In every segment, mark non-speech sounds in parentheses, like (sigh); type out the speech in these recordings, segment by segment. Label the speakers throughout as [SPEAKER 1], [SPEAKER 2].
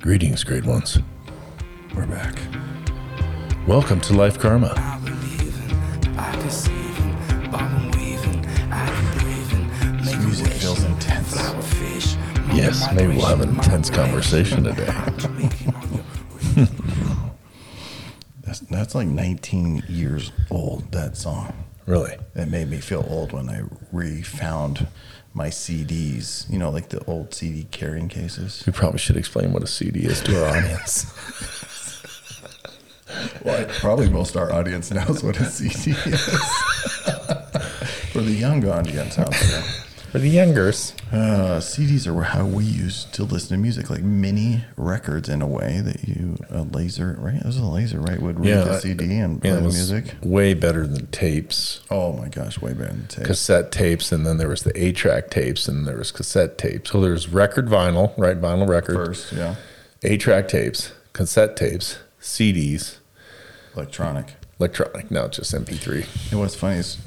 [SPEAKER 1] Greetings, great ones. We're back. Welcome to Life Karma.
[SPEAKER 2] I believe in, I deceive in, bomb and weaving, I can breathe in, make a
[SPEAKER 3] music
[SPEAKER 2] wish,
[SPEAKER 3] feels intense.
[SPEAKER 2] flower fish,
[SPEAKER 1] Yes, maybe we'll have an intense conversation today.
[SPEAKER 2] (laughs)
[SPEAKER 3] That's, that's like 19 years old, that song.
[SPEAKER 1] Really?
[SPEAKER 3] It made me feel old when I re-found my CDs, you know, like the old CD carrying cases.
[SPEAKER 1] We probably should explain what a CD is to our audience. (laughs)
[SPEAKER 3] Well, probably most our audience knows what a CD is. (laughs) For the young audience out there.
[SPEAKER 1] For the youngers.
[SPEAKER 3] Uh, CDs are how we used to listen to music, like mini records in a way that you a laser, right? It was a laser, right? Would read
[SPEAKER 1] Yeah.
[SPEAKER 3] the CD and (laughs) play
[SPEAKER 1] Yeah,
[SPEAKER 3] the
[SPEAKER 1] it was
[SPEAKER 3] music.
[SPEAKER 1] way better than tapes,
[SPEAKER 3] Oh my gosh, way better than tape.
[SPEAKER 1] cassette tapes, and then there was the A-track tapes, and there was cassette tapes. So there's record vinyl, right? Vinyl record,
[SPEAKER 3] First, yeah,
[SPEAKER 1] A-track tapes, cassette tapes, CDs,
[SPEAKER 3] electronic.
[SPEAKER 1] electronic. Now it's just MP3.
[SPEAKER 3] And what's funny is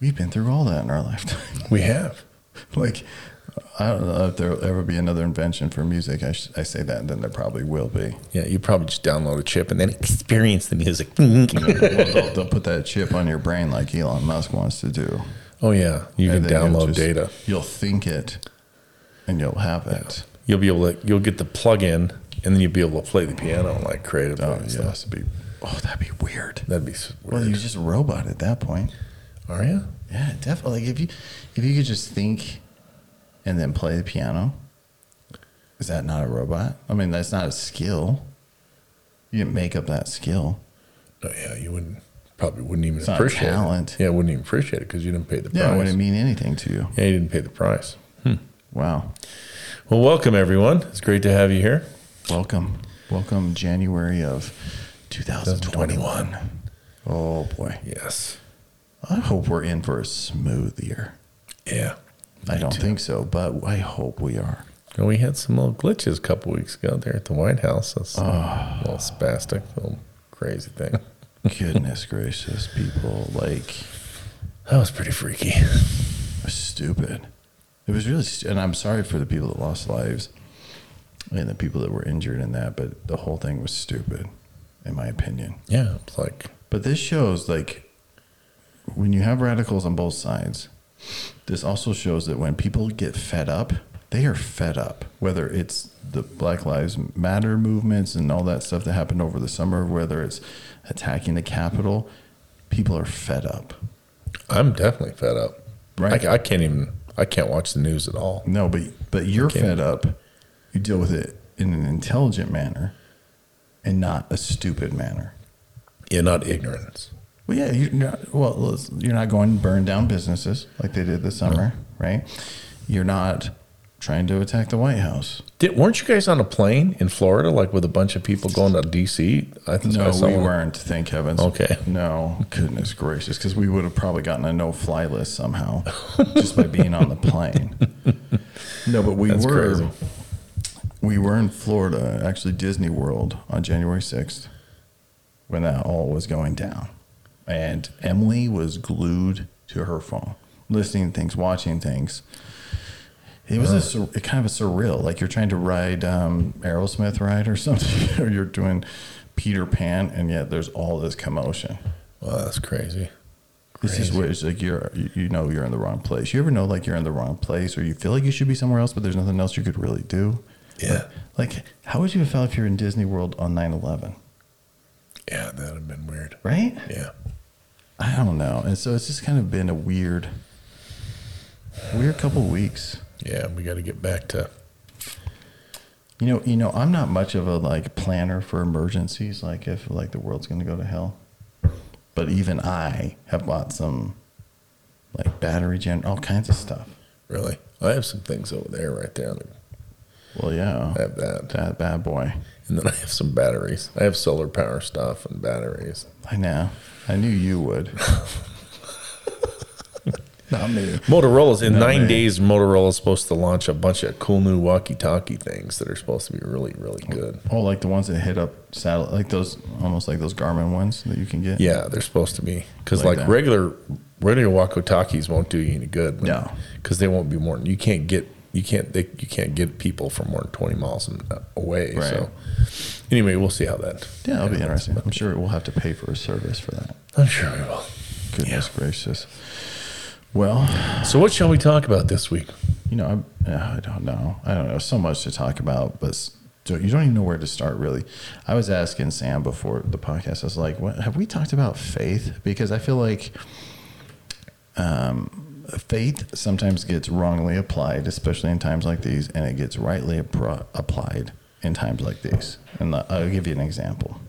[SPEAKER 3] we've been through all that in our (laughs) lifetime.
[SPEAKER 1] We have.
[SPEAKER 3] like I don't know if there'll ever be another invention for music. I, sh- I say that, and then there probably will be.
[SPEAKER 1] Yeah, you probably just download a chip and then experience the music. (laughs)
[SPEAKER 3] well, they'll, they'll put that chip on your brain like Elon Musk wants to do.
[SPEAKER 1] oh yeah, you can
[SPEAKER 3] And then you'll
[SPEAKER 1] download
[SPEAKER 3] just-
[SPEAKER 1] data.
[SPEAKER 3] You'll think it, and you'll have it.
[SPEAKER 1] You'll be able to. You'll get the plug-in, and then you'll be able to play the piano like creatively.
[SPEAKER 3] Oh,
[SPEAKER 1] and
[SPEAKER 3] yeah.
[SPEAKER 1] stuff.
[SPEAKER 3] That's be, oh, that'd be weird.
[SPEAKER 1] That'd be s-
[SPEAKER 3] Well,
[SPEAKER 1] weird.
[SPEAKER 3] you're just a robot at that point.
[SPEAKER 1] Are you?
[SPEAKER 3] Yeah, definitely. Like if you if you could just think and then play the piano, is that not a robot? I mean, that's not a skill. You didn't make up that skill.
[SPEAKER 1] Oh, yeah, you wouldn't. Probably wouldn't even
[SPEAKER 3] not
[SPEAKER 1] appreciate
[SPEAKER 3] talent.
[SPEAKER 1] it. Yeah, wouldn't even appreciate it because you didn't pay the price.
[SPEAKER 3] Yeah, it wouldn't mean anything to you.
[SPEAKER 1] yeah, you didn't pay the price.
[SPEAKER 3] Wow.
[SPEAKER 1] Well, welcome everyone. It's great to have you here.
[SPEAKER 3] Welcome, welcome, January of 2021. Oh boy,
[SPEAKER 1] Yes.
[SPEAKER 3] I hope we're in for a smooth year.
[SPEAKER 1] Yeah.
[SPEAKER 3] I don't think so, but I hope we are.
[SPEAKER 1] And we had some little glitches a couple weeks ago there at the White House. That's a little spastic, little crazy thing.
[SPEAKER 3] Goodness (laughs) gracious, people! Like.
[SPEAKER 1] That was pretty freaky.
[SPEAKER 3] was stupid. It was really, stu- and I'm sorry for the people that lost lives and the people that were injured in that, but the whole thing was stupid, in my opinion.
[SPEAKER 1] Yeah, it's like
[SPEAKER 3] But this shows, like, when you have radicals on both sides, this also shows that when people get fed up, they are fed up. Whether it's the Black Lives Matter movements and all that stuff that happened over the summer, whether it's attacking the Capitol, people are fed up.
[SPEAKER 1] I'm definitely fed up.
[SPEAKER 3] Right.
[SPEAKER 1] I, I can't even. I can't watch the news at all.
[SPEAKER 3] No, but but you're
[SPEAKER 1] Okay.
[SPEAKER 3] fed up. You deal with it in an intelligent manner, and not a stupid manner.
[SPEAKER 1] Yeah, not ignorance.
[SPEAKER 3] Well, yeah, you're not, well, let's- you're not going to burn down businesses like they did this summer, right? You're not trying to attack the White House.
[SPEAKER 1] Did, weren't you guys on a plane in Florida, like with a bunch of people going to D.C.? I think I
[SPEAKER 3] No,
[SPEAKER 1] saw
[SPEAKER 3] we
[SPEAKER 1] one-
[SPEAKER 3] weren't. Thank heavens.
[SPEAKER 1] Okay.
[SPEAKER 3] No, goodness gracious, because we would have probably gotten a no-fly list somehow (laughs) just by being on the plane. No, but we
[SPEAKER 1] That's
[SPEAKER 3] were.
[SPEAKER 1] crazy.
[SPEAKER 3] We were in Florida, actually Disney World, on January sixth, when that all was going down, and Emily was glued to her phone, listening to things, watching things. It was a sur- a kind of a surreal, like you're trying to ride um, Aerosmith ride or something, (laughs) or you're doing Peter Pan, and yet there's all this commotion.
[SPEAKER 1] Wow, that's crazy.
[SPEAKER 3] This is
[SPEAKER 1] Crazy.
[SPEAKER 3] where it's like you're, you you know, you're in the wrong place. You ever know, like you're in the wrong place, or you feel like you should be somewhere else, but there's nothing else you could really do.
[SPEAKER 1] Yeah,
[SPEAKER 3] Like, how would you have felt if you're in Disney World on 9/11?
[SPEAKER 1] yeah, that'd have been weird.
[SPEAKER 3] Right?
[SPEAKER 1] Yeah,
[SPEAKER 3] I don't know. And so it's just kind of been a weird, weird couple weeks.
[SPEAKER 1] yeah, we got to get back to.
[SPEAKER 3] You know, you know, I'm not much of a like planner for emergencies. Like if like the world's going to go to hell, but even I have bought some like battery gen, all kinds of stuff.
[SPEAKER 1] Really, I have some things over there, right there.
[SPEAKER 3] Well, yeah,
[SPEAKER 1] I have that,
[SPEAKER 3] that bad boy.
[SPEAKER 1] and then I have some batteries. I have solar power stuff and batteries.
[SPEAKER 3] I know. I knew you would. Not me.
[SPEAKER 1] Motorola's in
[SPEAKER 3] No,
[SPEAKER 1] nine
[SPEAKER 3] man.
[SPEAKER 1] days. Motorola's supposed to launch a bunch of cool new walkie-talkie things that are supposed to be really, really good.
[SPEAKER 3] Oh, like the ones that hit up satellite, like those, almost like those Garmin ones that you can get.
[SPEAKER 1] Yeah, they're supposed to be because
[SPEAKER 3] Like
[SPEAKER 1] like,
[SPEAKER 3] that.
[SPEAKER 1] regular regular walkie-talkies won't do you any good.
[SPEAKER 3] No.
[SPEAKER 1] because they won't be more. You can't get you can't they, you can't get people from more than twenty miles and- away.
[SPEAKER 3] Right.
[SPEAKER 1] So anyway, we'll see how that.
[SPEAKER 3] Yeah, that'll be
[SPEAKER 1] happens,
[SPEAKER 3] interesting.
[SPEAKER 1] but
[SPEAKER 3] I'm sure we'll have to pay for a service for that.
[SPEAKER 1] I'm sure we will.
[SPEAKER 3] Goodness gracious. Well,
[SPEAKER 1] So what shall we talk about this week?
[SPEAKER 3] you know, I, uh, I don't know. I don't know. So much to talk about, but s- do- you don't even know where to start, really. I was asking Sam before the podcast. I was like, "What have we talked about faith?" Because I feel like um, faith sometimes gets wrongly applied, especially in times like these, and it gets rightly appro- applied in times like these. And I- I'll give you an example.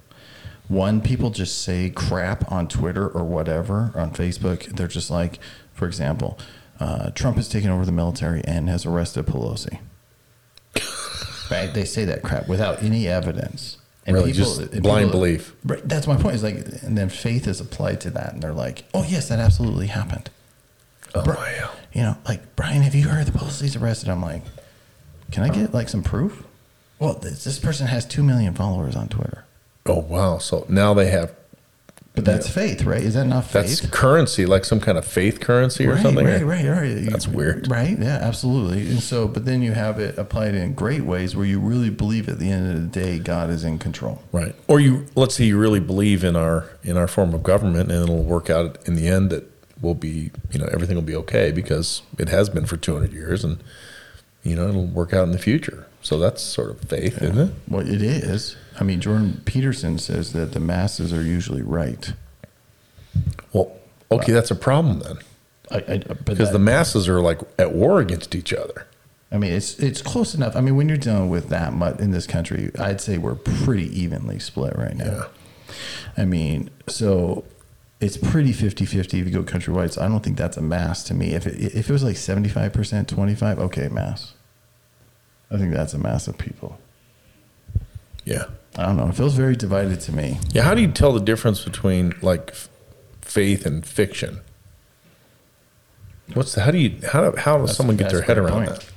[SPEAKER 3] One, people just say crap on Twitter or whatever, or on Facebook. They're just like, for example, uh, Trump has taken over the military and has arrested Pelosi. Right? They say that crap without any evidence.
[SPEAKER 1] Really, just blind belief.
[SPEAKER 3] Right, that's my point. Is like, and then faith is applied to that, and they're like, "Oh yes, that absolutely happened."
[SPEAKER 1] Oh,
[SPEAKER 3] Bri-
[SPEAKER 1] yeah.
[SPEAKER 3] You know, like Brian, have you heard the Pelosi's arrested? I'm like, can I get like some proof? Well, this, this person has two million followers on Twitter,
[SPEAKER 1] Oh wow! So now they have
[SPEAKER 3] but that's faith, right? Is that not faith?
[SPEAKER 1] that's currency, like some kind of faith currency or
[SPEAKER 3] right,
[SPEAKER 1] something.
[SPEAKER 3] Right, right, right.
[SPEAKER 1] That's weird.
[SPEAKER 3] Right? Yeah, absolutely. And so, but then you have it applied in great ways where you really believe at the end of the day God is in control.
[SPEAKER 1] Right. Or you let's say you really believe in our in our form of government and it'll work out in the end that will be you know, everything will be okay because it has been for two hundred years and you know, it'll work out in the future. So that's sort of faith, isn't it?
[SPEAKER 3] Well, it is. I mean, Jordan Peterson says that the masses are usually right.
[SPEAKER 1] Well okay, that's a problem then.
[SPEAKER 3] I, I, but
[SPEAKER 1] Because
[SPEAKER 3] that-
[SPEAKER 1] the masses are like at war against each other.
[SPEAKER 3] I mean, it's it's close enough. I mean, when you're dealing with that much in this country, I'd say we're pretty evenly split right now. I mean, so it's pretty 50-50 if you go countrywide. So I don't think that's a mass to me. If it, if it was like 75%, 25, okay, mass. I think that's a mass of people.
[SPEAKER 1] Yeah.
[SPEAKER 3] I don't know. It feels very divided to me.
[SPEAKER 1] Yeah, how do you tell the difference between like f- faith and fiction? What's the, how do you how do, how does someone get
[SPEAKER 3] that's
[SPEAKER 1] their
[SPEAKER 3] a
[SPEAKER 1] head
[SPEAKER 3] great
[SPEAKER 1] around
[SPEAKER 3] point.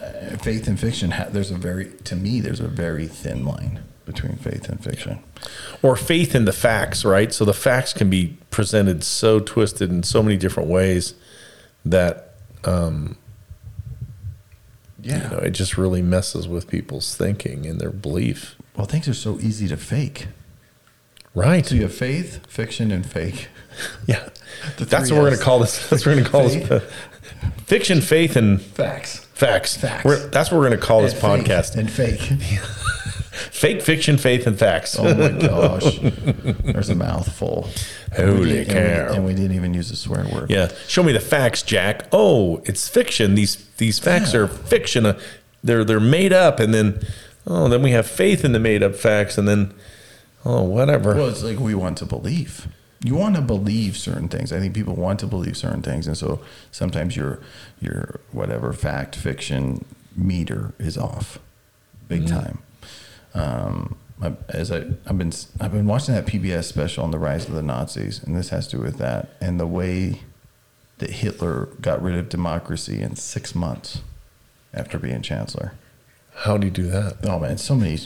[SPEAKER 1] that?
[SPEAKER 3] Uh, Faith and fiction, ha- there's a very, to me, there's a very thin line between faith and fiction.
[SPEAKER 1] or faith in the facts, right? So the facts can be presented so twisted in so many different ways that
[SPEAKER 3] Yeah.
[SPEAKER 1] you know it just really messes with people's thinking and their belief.
[SPEAKER 3] Well, things are so easy to fake.
[SPEAKER 1] Right?
[SPEAKER 3] So you have faith, fiction, and fake.
[SPEAKER 1] Yeah.
[SPEAKER 3] The
[SPEAKER 1] That's
[SPEAKER 3] three
[SPEAKER 1] what we're
[SPEAKER 3] Fs.
[SPEAKER 1] gonna call this. That's what we're gonna call this. (laughs) Fiction, faith, and
[SPEAKER 3] Facts.
[SPEAKER 1] facts.
[SPEAKER 3] Facts.
[SPEAKER 1] We're, that's what we're gonna call this
[SPEAKER 3] And fake.
[SPEAKER 1] podcast.
[SPEAKER 3] And fake.
[SPEAKER 1] Fake fiction, faith, and facts.
[SPEAKER 3] (laughs) Oh my gosh. There's a mouthful. We
[SPEAKER 1] Holy
[SPEAKER 3] didn't- and
[SPEAKER 1] cow!
[SPEAKER 3] we, and we didn't even use a swear word.
[SPEAKER 1] Yeah, show me the facts, Jack. Oh, it's fiction. These these facts
[SPEAKER 3] Yeah.
[SPEAKER 1] are fiction. Uh, They're they're made up, and then oh, then we have faith in the made up facts, and then oh, whatever.
[SPEAKER 3] Well, it's like we want to believe. You want to believe certain things. I think people want to believe certain things, and so sometimes your your whatever fact fiction meter is off, big time. Um, I- as I, I've been s- I've been watching that PBS special on the rise of the Nazis, and this has to do with that and the way that Hitler got rid of democracy in six months after being chancellor
[SPEAKER 1] How do you do that?
[SPEAKER 3] oh man, so many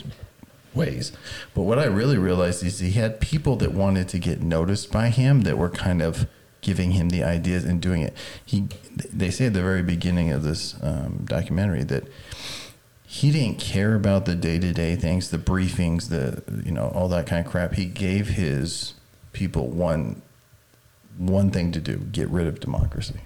[SPEAKER 3] ways. But what I really realized is he had people that wanted to get noticed by him that were kind of giving him the ideas and doing it. He, they say at the very beginning of this um, documentary that he didn't care about the day to day things, the briefings, the you know all that kind of crap. He gave his people one one thing to do: get rid of democracy.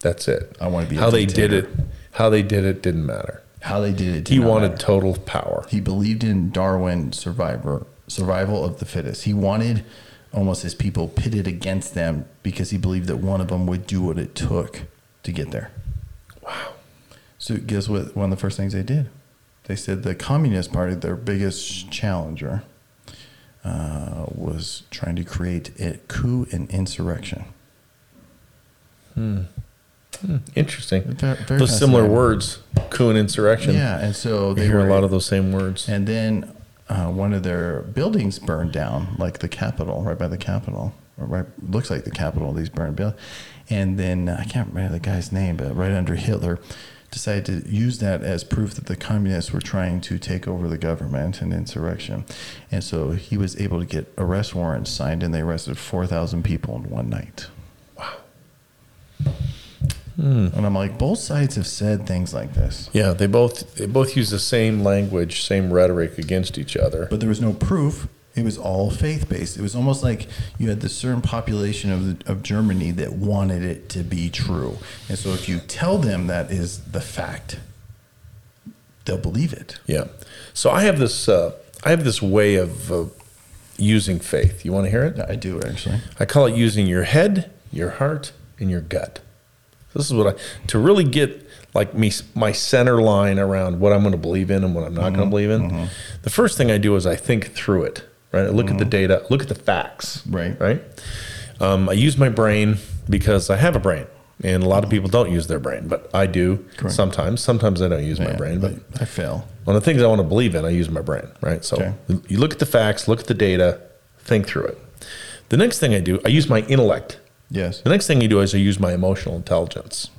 [SPEAKER 1] That's it.
[SPEAKER 3] I wanna be a
[SPEAKER 1] how they did it.
[SPEAKER 3] dictator.
[SPEAKER 1] How they did it didn't matter.
[SPEAKER 3] How they did it. did
[SPEAKER 1] He
[SPEAKER 3] not
[SPEAKER 1] wanted
[SPEAKER 3] matter.
[SPEAKER 1] total power.
[SPEAKER 3] He believed in Darwin survivor survival of the fittest. He wanted almost his people pitted against them because he believed that one of them would do what it took to get there.
[SPEAKER 1] Wow.
[SPEAKER 3] So guess what? One of the first things they did, they said the Communist Party, their biggest challenger, uh, was trying to create a coup and insurrection.
[SPEAKER 1] Interesting.
[SPEAKER 3] Ver- very
[SPEAKER 1] those similar
[SPEAKER 3] fascinating.
[SPEAKER 1] words, coup and insurrection.
[SPEAKER 3] Yeah, and so
[SPEAKER 1] you
[SPEAKER 3] they
[SPEAKER 1] hear
[SPEAKER 3] were
[SPEAKER 1] a lot of those same words.
[SPEAKER 3] And then uh, one of their buildings burned down, like the Capitol, right by the Capitol, or right looks like the Capitol. These burned buildings, and then uh, I can't remember the guy's name, but right under Hitler, decided to use that as proof that the communists were trying to take over the government and insurrection, and so he was able to get arrest warrants signed, and they arrested four thousand people in one night. And I'm like, both sides have said things like this,
[SPEAKER 1] Yeah, they both they both use the same language, same rhetoric against each other.
[SPEAKER 3] but there was no proof. It was all faith based. It was almost like you had this certain population of, the, of Germany that wanted it to be true. And so if you tell them that is the fact, they'll believe it.
[SPEAKER 1] Yeah. So I have this uh, I have this way of uh, using faith. You want to hear it?
[SPEAKER 3] I do actually.
[SPEAKER 1] I call it using your head, your heart, and your gut. This is what I to really get like me my center line around what I'm going to believe in and what I'm not
[SPEAKER 3] Mm-hmm.
[SPEAKER 1] going to believe in. The first thing I do is I think through it. Right, I look at the data, look at the facts.
[SPEAKER 3] Mm-hmm. Right.
[SPEAKER 1] right. Um, I use my brain because I have a brain, and a lot of people don't use their brain, but I do
[SPEAKER 3] Correct.
[SPEAKER 1] sometimes. Sometimes I don't use my
[SPEAKER 3] Yeah,
[SPEAKER 1] brain, but
[SPEAKER 3] I fail.
[SPEAKER 1] on the things I want to believe in, I use my brain, right? So
[SPEAKER 3] Okay.
[SPEAKER 1] you look at the facts, look at the data, think through it. The next thing I do, I use my intellect.
[SPEAKER 3] Yes.
[SPEAKER 1] The next thing you do is I use my emotional intelligence,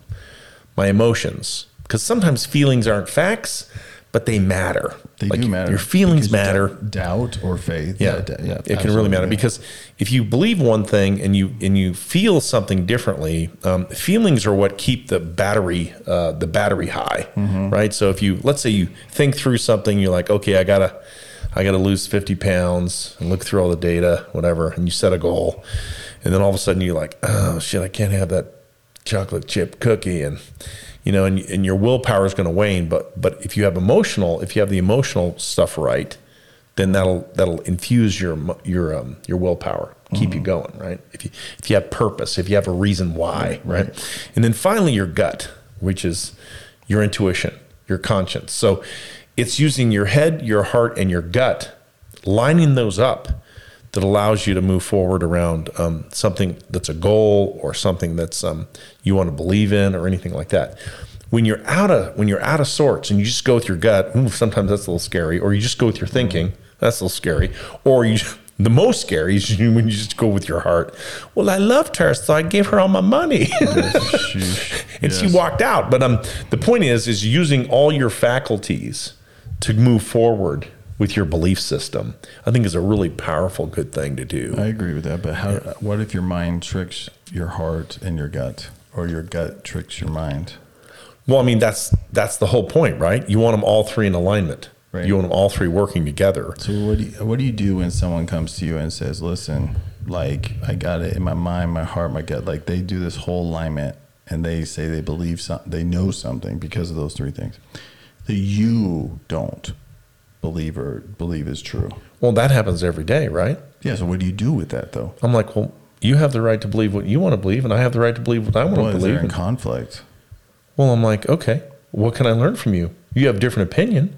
[SPEAKER 1] my emotions, because sometimes feelings aren't facts, but they matter.
[SPEAKER 3] They
[SPEAKER 1] Like,
[SPEAKER 3] do matter.
[SPEAKER 1] Your feelings
[SPEAKER 3] Because
[SPEAKER 1] matter.
[SPEAKER 3] d- Doubt or faith.
[SPEAKER 1] Yeah,
[SPEAKER 3] d-
[SPEAKER 1] it can really
[SPEAKER 3] absolutely.
[SPEAKER 1] matter because if you believe one thing and you and you feel something differently, um, feelings are what keep the battery uh, the battery high, right? So if you let's say you think through something, you're like, okay, I gotta I gotta lose fifty pounds and look through all the data, whatever, and you set a goal, and then all of a sudden you're like, oh shit, I can't have that chocolate chip cookie and you know and, and your willpower is going to wane but but if you have emotional if you have the emotional stuff right then that'll that'll infuse your mo- your um, your willpower keep you going right if you if you have purpose if you have a reason why right, and then finally your gut which is your intuition your conscience so it's using your head your heart and your gut lining those up that allows you to move forward around um, something that's a goal or something that's um, you want to believe in or anything like that. When you're out of when you're out of sorts and you just go with your gut, ooh, sometimes that's a little scary, or you just go with your thinking, that's a little scary, or you. The most scary is (laughs) when you just go with your heart. Well, I loved her, so I gave her all my money. (laughs)
[SPEAKER 3] (laughs) Sheesh.
[SPEAKER 1] and she
[SPEAKER 3] Yes.
[SPEAKER 1] walked out. But um, the point is, is using all your faculties to move forward with your belief system. I think is a really powerful, good thing to do.
[SPEAKER 3] I agree with that, but how? What if your mind tricks your heart and your gut, or your gut tricks your mind?
[SPEAKER 1] Well, I mean, that's that's the whole point, right? You want them all three in alignment.
[SPEAKER 3] Right.
[SPEAKER 1] You want them all three working together.
[SPEAKER 3] So what do you, what do you do when someone comes to you and says, "Listen, like I got it in my mind, my heart, my gut. Like they do this whole alignment, and they say they believe something, they know something because of those three things that you don't believe or believe is true."
[SPEAKER 1] Well, that happens every day, right?
[SPEAKER 3] Yeah. So what do you do with that though?
[SPEAKER 1] I'm like, well, you have the right to believe what you want to believe, and I have the right to believe what I want
[SPEAKER 3] Well,
[SPEAKER 1] to
[SPEAKER 3] is there
[SPEAKER 1] believe.
[SPEAKER 3] in conflict?
[SPEAKER 1] Well, I'm like, okay, what can I learn from you? You have a different opinion.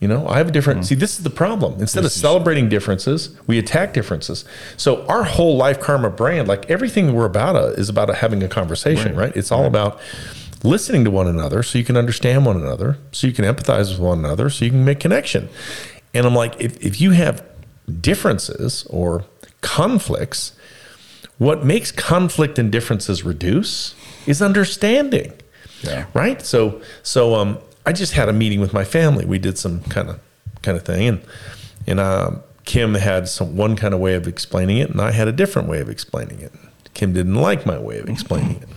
[SPEAKER 1] You know, I have a different. See, Mm. this is the problem. Instead of celebrating differences, we attack differences. So our whole life karma brand, like everything we're about, uh, is about having a conversation, right?
[SPEAKER 3] Right.
[SPEAKER 1] It's all about listening to one another, so you can understand one another, so you can empathize with one another, so you can make connection. And I'm like, if if you have differences or conflicts, what makes conflict and differences reduce is understanding
[SPEAKER 3] Yeah.
[SPEAKER 1] right so so um i just had a meeting with my family we did some kind of kind of thing and and um kim had some one kind of way of explaining it and i had a different way of explaining it kim didn't like my way of explaining it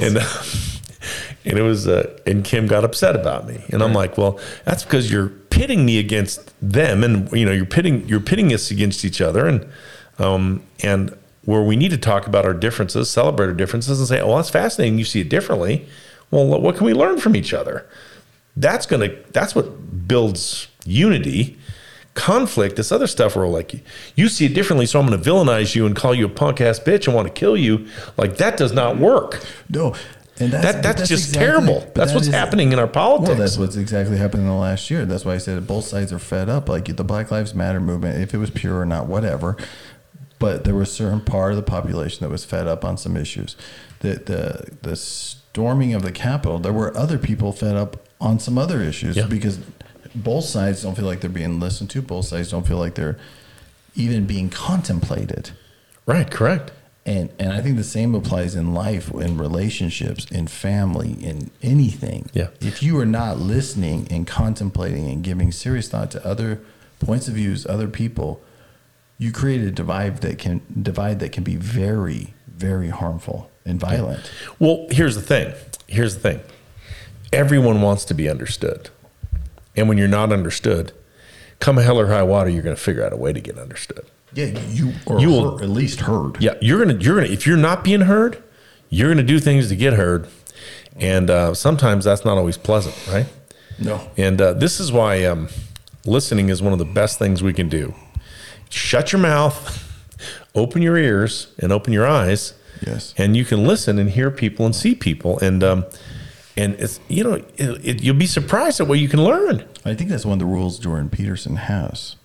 [SPEAKER 1] (laughs) and uh, and it was uh, and kim got upset about me and i'm like well that's because you're pitting me against them and you know you're pitting you're pitting us against each other and um and where we need to talk about our differences celebrate our differences and say oh that's fascinating you see it differently well lo- what can we learn from each other that's gonna that's what builds unity conflict this other stuff where like you see it differently so i'm gonna villainize you and call you a punk ass bitch and want to kill you like that does not work
[SPEAKER 3] No. And that's,
[SPEAKER 1] that,
[SPEAKER 3] but
[SPEAKER 1] that's, just
[SPEAKER 3] exactly-
[SPEAKER 1] terrible.
[SPEAKER 3] but
[SPEAKER 1] That's
[SPEAKER 3] that
[SPEAKER 1] what's
[SPEAKER 3] is-
[SPEAKER 1] happening in our politics.
[SPEAKER 3] Well, that's what's exactly happened in the last year. That's why I said both sides are fed up. Like the Black Lives Matter movement, if it was pure or not, whatever. But there was a certain part of the population that was fed up on some issues. The the the storming of the Capitol, there were other people fed up on some other issues
[SPEAKER 1] Yeah.
[SPEAKER 3] because both sides don't feel like they're being listened to. Both sides don't feel like they're even being contemplated.
[SPEAKER 1] right, correct.
[SPEAKER 3] And and I think the same applies in life, in relationships, in family, in anything.
[SPEAKER 1] Yeah.
[SPEAKER 3] If you are not listening and contemplating and giving serious thought to other points of views, other people, you create a divide that can divide that can be very, very harmful. and violent.
[SPEAKER 1] Well, here's the thing. Here's the thing. Everyone wants to be understood. And when you're not understood, come hell or high water, you're going to figure out a way to get understood.
[SPEAKER 3] Yeah, you or
[SPEAKER 1] You will-
[SPEAKER 3] heard- at least heard.
[SPEAKER 1] Yeah, you're going to you're going to if you're not being heard, you're going to do things to get heard. And uh, sometimes that's not always pleasant, right?
[SPEAKER 3] No.
[SPEAKER 1] And uh, this is why um, listening is one of the best things we can do. Shut your mouth, (laughs) open your ears, and open your eyes.
[SPEAKER 3] Yes.
[SPEAKER 1] And you can listen and hear people and see people. And um, and it's you know it, it, you'll be surprised at what you can learn.
[SPEAKER 3] I think that's one of the rules Jordan Peterson has.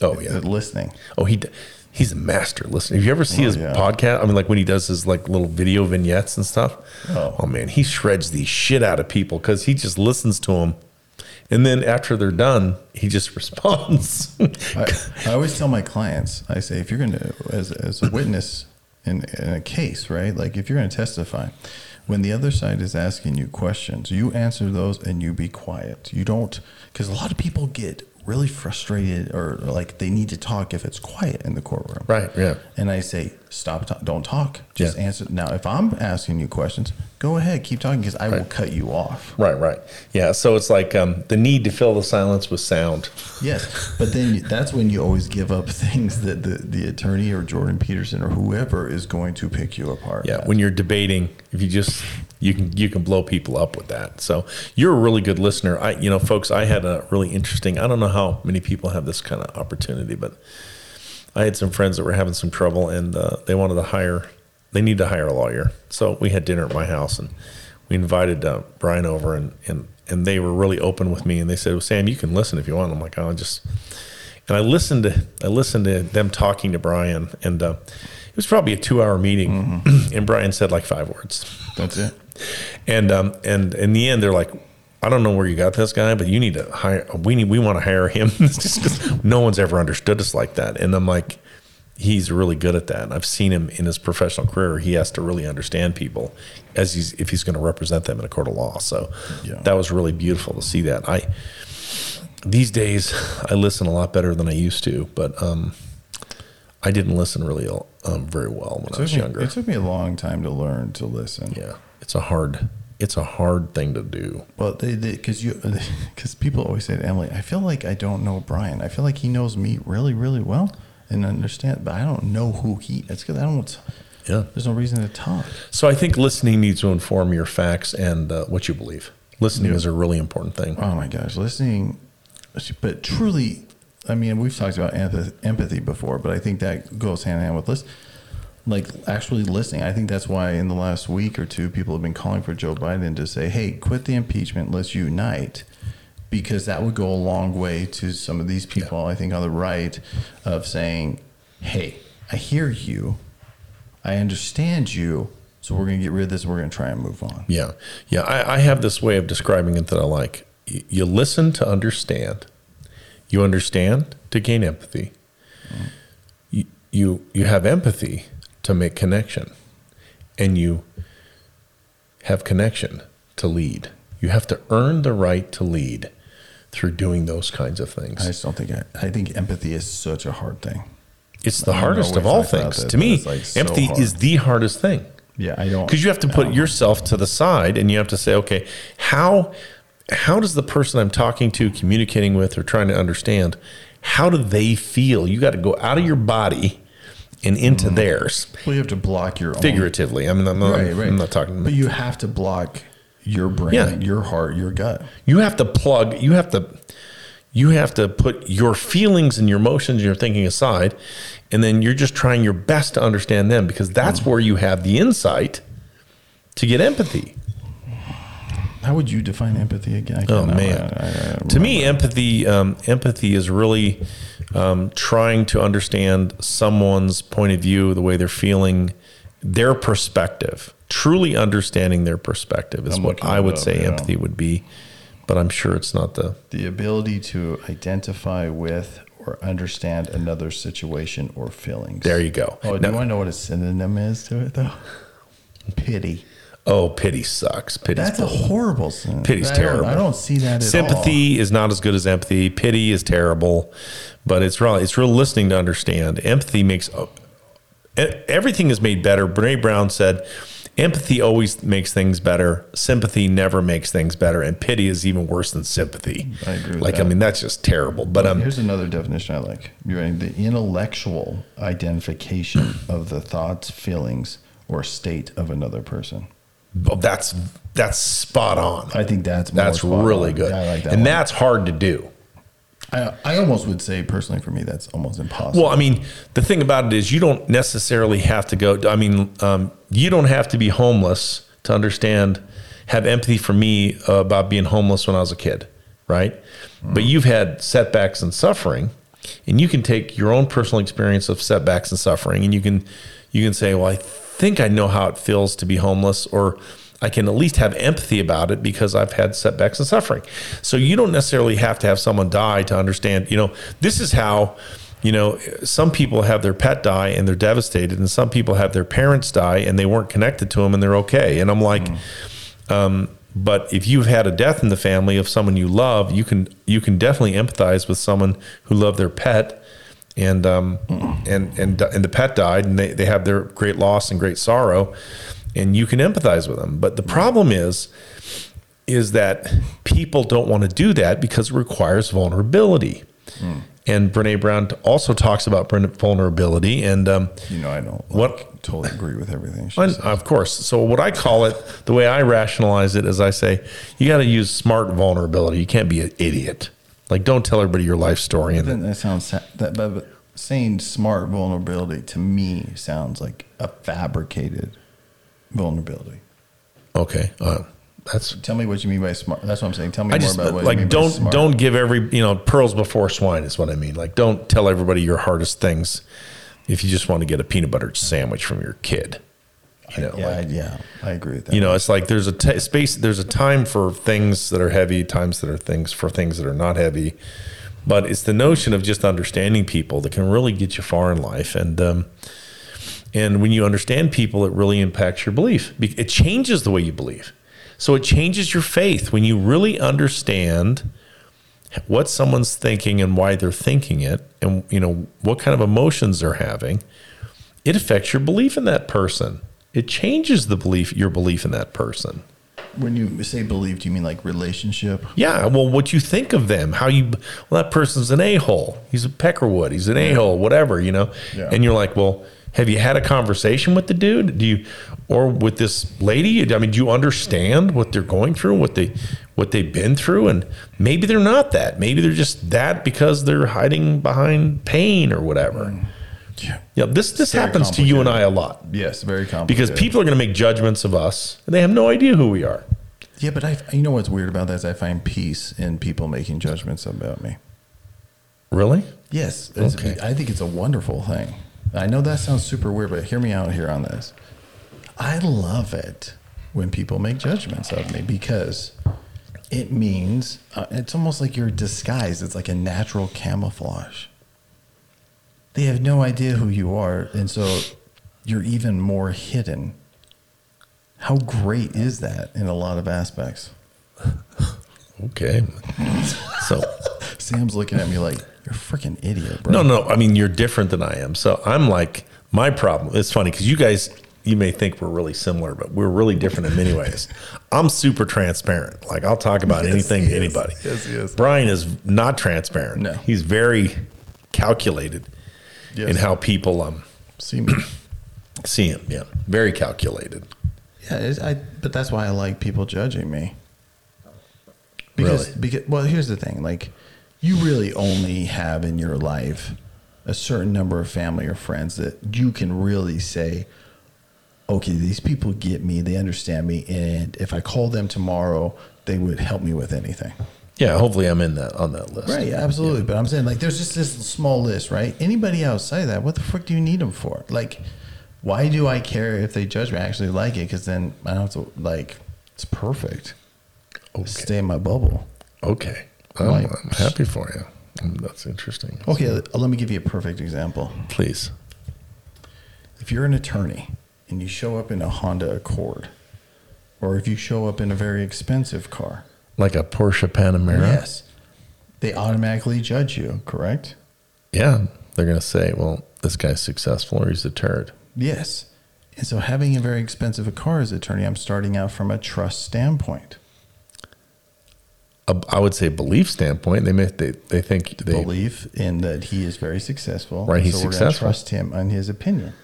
[SPEAKER 1] Oh
[SPEAKER 3] Is
[SPEAKER 1] yeah.
[SPEAKER 3] that listening.
[SPEAKER 1] Oh he. d- He's a master listener. If you ever see
[SPEAKER 3] Oh,
[SPEAKER 1] his
[SPEAKER 3] yeah.
[SPEAKER 1] podcast, I mean, like when he does his like little video vignettes and stuff.
[SPEAKER 3] Oh.
[SPEAKER 1] man, he shreds the shit out of people because he just listens to them, and then after they're done, he just (laughs) responds.
[SPEAKER 3] I, I always tell my clients, I say, if you're going to, as, as a witness in, in a case, right? Like if you're going to testify, when the other side is asking you questions, you answer those and you be quiet. You don't, because a lot of people get really frustrated or like they need to talk if it's quiet in the courtroom.
[SPEAKER 1] Right, yeah.
[SPEAKER 3] And I say, stop, ta- don't talk. Just
[SPEAKER 1] Yeah.
[SPEAKER 3] answer. Now, if I'm asking you questions, go ahead, keep talking because I will
[SPEAKER 1] Right.
[SPEAKER 3] cut you off.
[SPEAKER 1] (laughs) Right, right. Yeah. So it's like um, the need to fill the silence with sound.
[SPEAKER 3] Yes, but then you- that's when you always give up (laughs) things that the, the attorney or Jordan Peterson or whoever is going to pick you apart.
[SPEAKER 1] Yeah. When you're debating, if you just you can you can blow people up with that. So you're a really good listener. I you know, folks, I had a really interesting I don't know how many people have this kind of opportunity, but I had some friends that were having some trouble and uh, they wanted to hire they need to hire a lawyer. So we had dinner at my house and we invited uh, Brian over and and and they were really open with me and they said, well, Sam, you can listen if you want. I'm like, oh, just and I listened to I listened to them talking to Brian, and uh, it was probably a two hour meeting, (clears throat) and Brian said like five words,
[SPEAKER 3] that's it.
[SPEAKER 1] and um, and in the end they're like. I don't know where you got this guy, but you need to hire. We need. We want to hire him. (laughs) It's just 'cause no one's ever understood us like that. And I'm like, he's really good at that. And I've seen him in his professional career. He has to really understand people as he's if he's going to represent them in a court of law. So
[SPEAKER 3] Yeah.
[SPEAKER 1] that was really beautiful to see that. I these days I listen a lot better than I used to, but um, I didn't listen really um, very well when I was
[SPEAKER 3] Took me-
[SPEAKER 1] younger.
[SPEAKER 3] it took me a long time to learn to listen.
[SPEAKER 1] yeah, it's a hard it's a hard thing to do.
[SPEAKER 3] Well, because you (laughs) because people always say to Emily, I feel like I don't know Brian. I feel like he knows me really, really well and understand, but I don't know who he. It's because I don't.
[SPEAKER 1] Yeah.
[SPEAKER 3] There's no reason to talk.
[SPEAKER 1] So I think listening needs to inform your facts and uh, what you believe. Listening is a really important thing.
[SPEAKER 3] Oh my gosh, listening, but truly, I mean, we've talked about empathy, empathy before, but I think that goes hand in hand with list, like actually listening. I think that's why in the last week or two, people have been calling for Joe Biden to say, "Hey, quit the impeachment. Let's unite." Because that would go a long way to some of these people, I think, on the right, of saying, "Hey, I hear you, I understand you, so we're going to get rid of this. and We're going to try and move on."
[SPEAKER 1] Yeah, yeah. I, I have this way of describing it that I like. Y- You listen to understand. You understand to gain empathy. You, you you have empathy to make connection, and you have connection to lead. You have to earn the right to lead through doing those kinds of
[SPEAKER 3] I
[SPEAKER 1] things.
[SPEAKER 3] just don't think I, I think empathy is such a hard thing.
[SPEAKER 1] It's the
[SPEAKER 3] I know
[SPEAKER 1] hardest of
[SPEAKER 3] we've
[SPEAKER 1] all
[SPEAKER 3] talked about
[SPEAKER 1] things.
[SPEAKER 3] that,
[SPEAKER 1] to
[SPEAKER 3] but
[SPEAKER 1] me,
[SPEAKER 3] it's, like, so
[SPEAKER 1] empathy
[SPEAKER 3] hard.
[SPEAKER 1] is the hardest thing.
[SPEAKER 3] Yeah, I don't
[SPEAKER 1] because you have to put yourself to the side and you have to say okay how how does the person i'm talking to communicating with or trying to understand how do they feel you got to go out of your body and into theirs
[SPEAKER 3] Well, you have to block your own.
[SPEAKER 1] figuratively i mean i'm, not-
[SPEAKER 3] Mm-hmm. Right, right.
[SPEAKER 1] I'm not talking
[SPEAKER 3] But you have to block your brain,
[SPEAKER 1] Yeah.
[SPEAKER 3] your heart, your gut.
[SPEAKER 1] you have to plug you have to you have to put your feelings and your emotions and your thinking aside and then you're just trying your best to understand them because
[SPEAKER 3] Mm.
[SPEAKER 1] that's where you have the insight to get empathy
[SPEAKER 3] How would you define empathy again? I
[SPEAKER 1] Oh
[SPEAKER 3] cannot- uh,
[SPEAKER 1] man!
[SPEAKER 3] I- I- I-
[SPEAKER 1] to me, empathy um, empathy is really um, trying to understand someone's point of view, the way they're feeling, their perspective. Truly understanding their perspective is
[SPEAKER 3] I'm
[SPEAKER 1] what
[SPEAKER 3] looking
[SPEAKER 1] I
[SPEAKER 3] it
[SPEAKER 1] would
[SPEAKER 3] up,
[SPEAKER 1] say
[SPEAKER 3] yeah.
[SPEAKER 1] empathy would be, but I'm sure it's not the
[SPEAKER 3] the ability to identify with or understand another situation or feelings.
[SPEAKER 1] There you go.
[SPEAKER 3] Oh, do
[SPEAKER 1] Now-
[SPEAKER 3] you want to know what a synonym is to it though? Pity.
[SPEAKER 1] oh pity sucks. Pity
[SPEAKER 3] That's a horrible synonym.
[SPEAKER 1] Pity's
[SPEAKER 3] I don't-
[SPEAKER 1] terrible.
[SPEAKER 3] I don't see that at all.
[SPEAKER 1] sympathy is not as good as empathy. Pity is terrible, but it's real. It's real listening to uh, understand. Empathy makes e- everything is made better. Brene Brown said, Empathy always makes things better. Sympathy never makes things better, and pity is even worse than sympathy.
[SPEAKER 3] I agree with
[SPEAKER 1] like I
[SPEAKER 3] that.
[SPEAKER 1] mean, that's just terrible. But um,
[SPEAKER 3] Here's another definition I like. You're in the intellectual identification of the thoughts, feelings, or state of another person.
[SPEAKER 1] that's that's spot on.
[SPEAKER 3] I think that's more
[SPEAKER 1] that's
[SPEAKER 3] spot
[SPEAKER 1] really
[SPEAKER 3] on.
[SPEAKER 1] good,
[SPEAKER 3] I like that.
[SPEAKER 1] and
[SPEAKER 3] one.
[SPEAKER 1] that's hard to do.
[SPEAKER 3] I, I almost would say personally for me that's almost impossible.
[SPEAKER 1] Well, I mean, the thing about it is you don't necessarily have to go. I mean, um, you don't have to be homeless to understand, have empathy for me uh, about being homeless when I was a kid, right? But you've had setbacks and suffering, and you can take your own personal experience of setbacks and suffering, and you can you can say, well, I think I know how it feels to be homeless, or I can at least have empathy about it because I've had setbacks and suffering. So you don't necessarily have to have someone die to understand, you know, this is how, you know, some people have their pet die and they're devastated, and some people have their parents die and they weren't connected to them and they're okay. And I'm like, um, but if you've had a death in the family of someone you love, you can you can definitely empathize with someone who loved their pet, and um, and and and the pet died, and they, they have their great loss and great sorrow, and you can empathize with them. But the problem is, is that people don't want to do that because it requires vulnerability. And Brene Brown also talks about vulnerability, and um,
[SPEAKER 3] you know, I don't
[SPEAKER 1] What-
[SPEAKER 3] like, totally agree with everything. She
[SPEAKER 1] well,
[SPEAKER 3] said.
[SPEAKER 1] Of course. So what I call it, the way I rationalize it is I say, you got to use smart vulnerability. You can't be an idiot. Like don't tell everybody your life story and
[SPEAKER 3] Then that sounds sa- that but, but saying smart vulnerability to me sounds like a fabricated vulnerability.
[SPEAKER 1] okay. Uh, that's
[SPEAKER 3] Tell me what you mean by smart. That's what I'm saying. Tell me
[SPEAKER 1] I
[SPEAKER 3] more
[SPEAKER 1] just
[SPEAKER 3] about what you
[SPEAKER 1] like
[SPEAKER 3] mean by
[SPEAKER 1] don't
[SPEAKER 3] smart.
[SPEAKER 1] don't give every, you know, pearls before swine is what I mean. Like don't tell everybody your hardest things if you just want to get a peanut butter sandwich from your kid. You know,
[SPEAKER 3] Yeah,
[SPEAKER 1] like-
[SPEAKER 3] I, yeah, I agree with that.
[SPEAKER 1] you know it's like there's a t- space there's a time for things that are heavy times that are things for things that are not heavy but it's the notion of just understanding people that can really get you far in life and um, and when you understand people it really impacts your belief Be- it changes the way you believe so it changes your faith when you really understand what someone's thinking and why they're thinking it and you know what kind of emotions they're having it affects your belief in that person it changes the belief your belief in that person
[SPEAKER 3] when you say believe, do you mean like relationship?
[SPEAKER 1] yeah well what you think of them how you well that person's an a-hole he's a peckerwood he's an a-hole whatever you know
[SPEAKER 3] Yeah.
[SPEAKER 1] and you're like well have you had a conversation with the dude do you or with this lady i mean do you understand what they're going through what they what they've been through and maybe they're not that maybe they're just that because they're hiding behind pain or whatever
[SPEAKER 3] Yeah.
[SPEAKER 1] yeah this this
[SPEAKER 3] Mm. Very
[SPEAKER 1] happens to you and i a lot
[SPEAKER 3] Yes, very complicated.
[SPEAKER 1] because people are going to make judgments of us and they have no idea who we are.
[SPEAKER 3] Yeah, but I, you know what's weird about that is I find peace in people making judgments about me.
[SPEAKER 1] Really?
[SPEAKER 3] Yes, it's-
[SPEAKER 1] Okay.
[SPEAKER 3] I think it's a wonderful thing. I know that sounds super weird, but hear me out here on this. I love it when people make judgments of me because it means uh, it's almost like you're disguised. It's like a natural camouflage. They have no idea who you are, and so you're even more hidden. How great is that in a lot of aspects?
[SPEAKER 1] Okay. So
[SPEAKER 3] Sam's looking at me like you're a freaking idiot, bro.
[SPEAKER 1] no, no. I mean, you're different than I am. So I'm like my problem. It's funny because you guys, you may think we're really similar, but we're really different in many ways. I'm super transparent. Like I'll talk about anything to
[SPEAKER 3] he is.
[SPEAKER 1] anybody.
[SPEAKER 3] Yes, he is.
[SPEAKER 1] Brian is not transparent.
[SPEAKER 3] No.
[SPEAKER 1] he's very calculated
[SPEAKER 3] Yes.
[SPEAKER 1] in how people um
[SPEAKER 3] see me.
[SPEAKER 1] see him. Yeah, very calculated.
[SPEAKER 3] Yeah, it's, I, but that's why I like people judging me. Because,
[SPEAKER 1] Really?
[SPEAKER 3] because, well, here's the thing: like, you really only have in your life a certain number of family or friends that you can really say, "Okay, these people get me; they understand me, and if I call them tomorrow, they would help me with anything."
[SPEAKER 1] Yeah, hopefully I'm in that on that list.
[SPEAKER 3] Right, absolutely. But I'm saying, like, there's just this small list, right? Anybody outside that, what the frick do you need them for? Like, why do I care if they judge me? I actually like it because then I don't have to, like, it's perfect.
[SPEAKER 1] Okay.
[SPEAKER 3] Stay in my bubble.
[SPEAKER 1] Okay. I'm,
[SPEAKER 3] Right.
[SPEAKER 1] I'm happy for you. Mm, That's interesting.
[SPEAKER 3] Okay, let- let me give you a perfect example.
[SPEAKER 1] Please.
[SPEAKER 3] If you're an attorney and you show up in a Honda Accord, or if you show up in a very expensive car,
[SPEAKER 1] Like a Porsche Panamera?
[SPEAKER 3] yes, they automatically judge you, correct?
[SPEAKER 1] Yeah. They're going to say, well, this guy's successful or he's a turd.
[SPEAKER 3] Yes. And so, having a very expensive a car as attorney, I'm starting out from a trust standpoint.
[SPEAKER 1] A, I would say belief standpoint. They may, they they think they
[SPEAKER 3] Belief in that he is very successful.
[SPEAKER 1] Right,
[SPEAKER 3] and
[SPEAKER 1] he's
[SPEAKER 3] so We're
[SPEAKER 1] successful.
[SPEAKER 3] going to trust him on his opinion,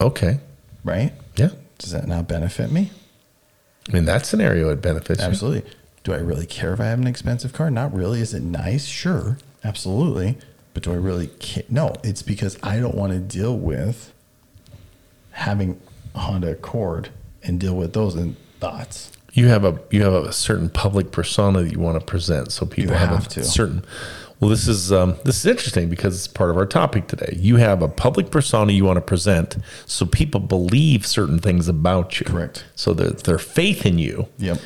[SPEAKER 1] okay,
[SPEAKER 3] right?
[SPEAKER 1] yeah.
[SPEAKER 3] Does that not benefit me?
[SPEAKER 1] In that scenario, it benefits you.
[SPEAKER 3] Absolutely. Do I really care if I have an expensive car? Not really. Is it nice? Sure. Absolutely. But do I really care? No, it's because I don't want to deal with having a Honda Accord and deal with those and thoughts.
[SPEAKER 1] you have a you have a certain public persona that you want to present so people
[SPEAKER 3] You
[SPEAKER 1] have,
[SPEAKER 3] have
[SPEAKER 1] a
[SPEAKER 3] to.
[SPEAKER 1] certain well this is um, this is interesting because it's part of our topic today you have a public persona you want to present so people believe certain things about you
[SPEAKER 3] Correct.
[SPEAKER 1] so their their faith in you
[SPEAKER 3] Yep.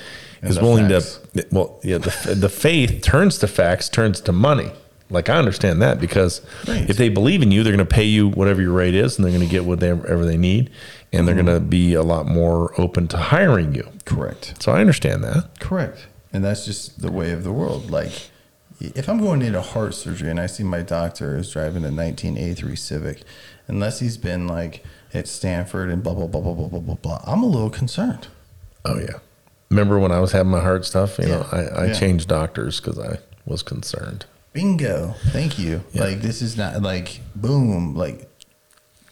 [SPEAKER 3] And
[SPEAKER 1] is
[SPEAKER 3] the
[SPEAKER 1] willing
[SPEAKER 3] facts.
[SPEAKER 1] to well yeah the, the faith turns to facts turns to money like I understand that because
[SPEAKER 3] Right.
[SPEAKER 1] if they believe in you, they're going to pay you whatever your rate is, and they're going to get whatever they need, and they're
[SPEAKER 3] Mm-hmm.
[SPEAKER 1] going to be a lot more open to hiring you.
[SPEAKER 3] Correct.
[SPEAKER 1] So I understand that.
[SPEAKER 3] Correct. And that's just the way of the world. Like, if I'm going into heart surgery and I see my doctor is driving a 1983 Civic, unless he's been like at Stanford and blah, blah, blah, blah, blah, blah, blah, blah, I'm a little concerned.
[SPEAKER 1] Oh yeah. Remember when I was having my heart stuff? You know,
[SPEAKER 3] Yeah.
[SPEAKER 1] I, I
[SPEAKER 3] Yeah.
[SPEAKER 1] changed doctors because I was concerned.
[SPEAKER 3] Bingo. Thank you.
[SPEAKER 1] Yeah.
[SPEAKER 3] Like, this is not like boom. Like,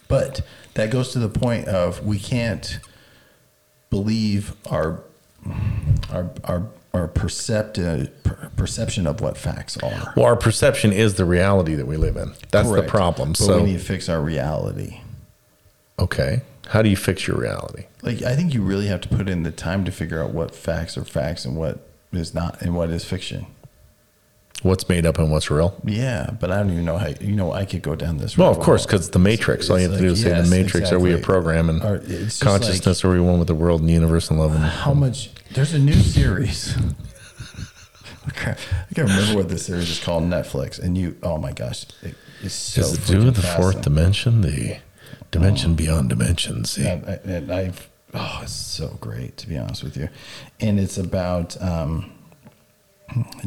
[SPEAKER 3] but that goes to the point of we can't believe our. Our, our, our perceptive, per, perception of what facts are.
[SPEAKER 1] Well, our perception is the reality that we live in. That's
[SPEAKER 3] Correct.
[SPEAKER 1] the problem.
[SPEAKER 3] But
[SPEAKER 1] so
[SPEAKER 3] we need to fix our reality.
[SPEAKER 1] okay, how do you fix your reality?
[SPEAKER 3] Like I think you really have to put in the time to figure out what facts are facts and what is not and what is fiction.
[SPEAKER 1] What's made up and what's real?
[SPEAKER 3] Yeah, but I don't even know how you know I could go down this.
[SPEAKER 1] Well,
[SPEAKER 3] rabbit
[SPEAKER 1] of course,
[SPEAKER 3] hole.
[SPEAKER 1] because the matrix. All you have to do is
[SPEAKER 3] It's
[SPEAKER 1] say
[SPEAKER 3] like,
[SPEAKER 1] the
[SPEAKER 3] yes,
[SPEAKER 1] matrix. Are we a
[SPEAKER 3] exactly.
[SPEAKER 1] program and
[SPEAKER 3] Or it's just like-
[SPEAKER 1] consciousness? are we one with the world and the universe and love? And
[SPEAKER 3] How much? There's a new series. (laughs) Okay, I can't remember what this series is called. Netflix, and you. Oh my gosh, it is so.
[SPEAKER 1] is it due to
[SPEAKER 3] freaking
[SPEAKER 1] the fourth
[SPEAKER 3] fascinating.
[SPEAKER 1] dimension, the dimension beyond dimension? See,
[SPEAKER 3] and, I- and I've oh, it's so great to be honest with you, and it's about um,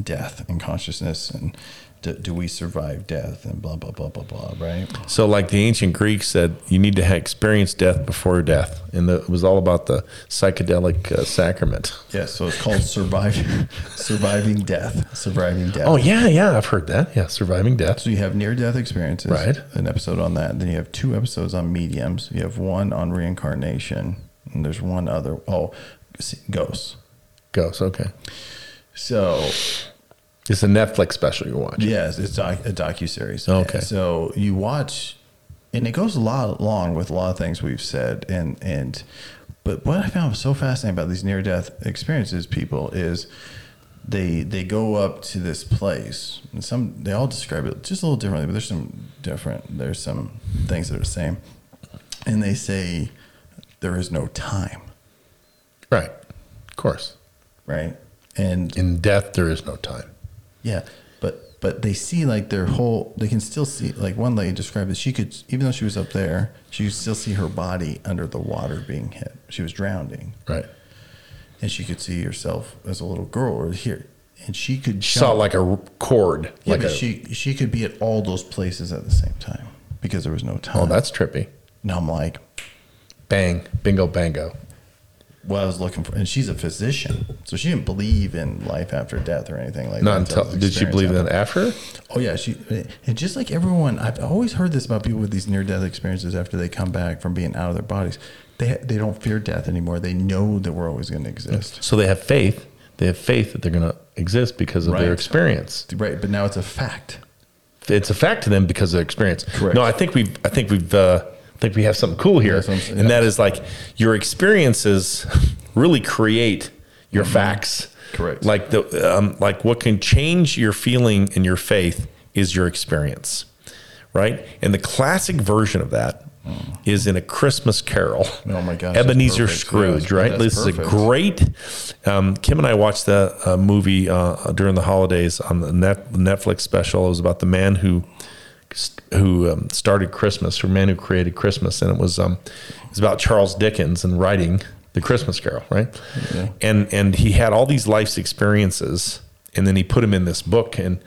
[SPEAKER 3] death and consciousness and do, do we survive death and blah blah blah blah blah right?
[SPEAKER 1] So, like the ancient Greeks said, you need to ha experience death before death, and the, it was all about the psychedelic uh, sacrament.
[SPEAKER 3] Yeah, so (laughs) it's called surviving surviving death, surviving death.
[SPEAKER 1] Oh yeah, yeah, I've heard that. Yeah, surviving death.
[SPEAKER 3] So you have near death experiences,
[SPEAKER 1] Right.
[SPEAKER 3] An episode on that. Then you have two episodes on mediums. You have one on reincarnation, and there's one other. Oh, ghosts.
[SPEAKER 1] Ghosts. Okay,
[SPEAKER 3] So
[SPEAKER 1] it's a Netflix special you watch.
[SPEAKER 3] Yes, it's doc- a docu series.
[SPEAKER 1] Okay.
[SPEAKER 3] so you watch, and it goes a lot along with a lot of things we've said, and and but what I found so fascinating about these near death experiences, people, is they they go up to this place, and some they all describe it just a little differently, but there's some different. There's some things that are the same, and they say there is no time,
[SPEAKER 1] Right. Of course.
[SPEAKER 3] right? And
[SPEAKER 1] In death, there is no time.
[SPEAKER 3] Yeah, but but they see like their whole. They can still see like one lady described that she could, even though she was up there, she could still see her body under the water being hit. She was drowning,
[SPEAKER 1] Right.
[SPEAKER 3] and she could see herself as a little girl or here, and she could
[SPEAKER 1] She saw
[SPEAKER 3] jump.
[SPEAKER 1] like a r- cord.
[SPEAKER 3] yeah,
[SPEAKER 1] like
[SPEAKER 3] but
[SPEAKER 1] a,
[SPEAKER 3] she she could be at all those places at the same time because there was no time.
[SPEAKER 1] oh, that's trippy.
[SPEAKER 3] and I'm like,
[SPEAKER 1] Bang, bingo, bango.
[SPEAKER 3] what I was looking for, and she's a physician, so she didn't believe in life after death or anything like
[SPEAKER 1] Not
[SPEAKER 3] that.
[SPEAKER 1] until did she believe
[SPEAKER 3] that?
[SPEAKER 1] that after?
[SPEAKER 3] Oh yeah, she and just like everyone, I've always heard this about people with these near-death experiences. After they come back from being out of their bodies, they they don't fear death anymore. They know that we're always going to exist,
[SPEAKER 1] So they have faith. They have faith that they're going to exist because of their
[SPEAKER 3] Right.
[SPEAKER 1] experience.
[SPEAKER 3] right? But now it's a fact.
[SPEAKER 1] it's a fact to them because of their experience.
[SPEAKER 3] Correct.
[SPEAKER 1] No, I think we I think we've uh, I think we have something cool here,
[SPEAKER 3] Yes, I'm- yeah.
[SPEAKER 1] and that is like your experiences really create your facts.
[SPEAKER 3] Mm-hmm. Correct.
[SPEAKER 1] Like the um, like what can change your feeling and your faith is your experience, right? And the classic version of that is in a Christmas Carol.
[SPEAKER 3] Mm. Oh my gosh, that's
[SPEAKER 1] Ebenezer
[SPEAKER 3] perfect.
[SPEAKER 1] Scrooge,
[SPEAKER 3] Yes,
[SPEAKER 1] right?
[SPEAKER 3] that's
[SPEAKER 1] This is a
[SPEAKER 3] perfect.
[SPEAKER 1] great great. Um, Kim and I watched the uh, movie uh, during the holidays on the net, Netflix special. It was about the man who who um, started Christmas, or man who created Christmas, and it was um, it was about Charles Dickens and writing the Christmas Carol, right?
[SPEAKER 3] Yeah.
[SPEAKER 1] And and he had all these life's experiences, and then he put them in this book, and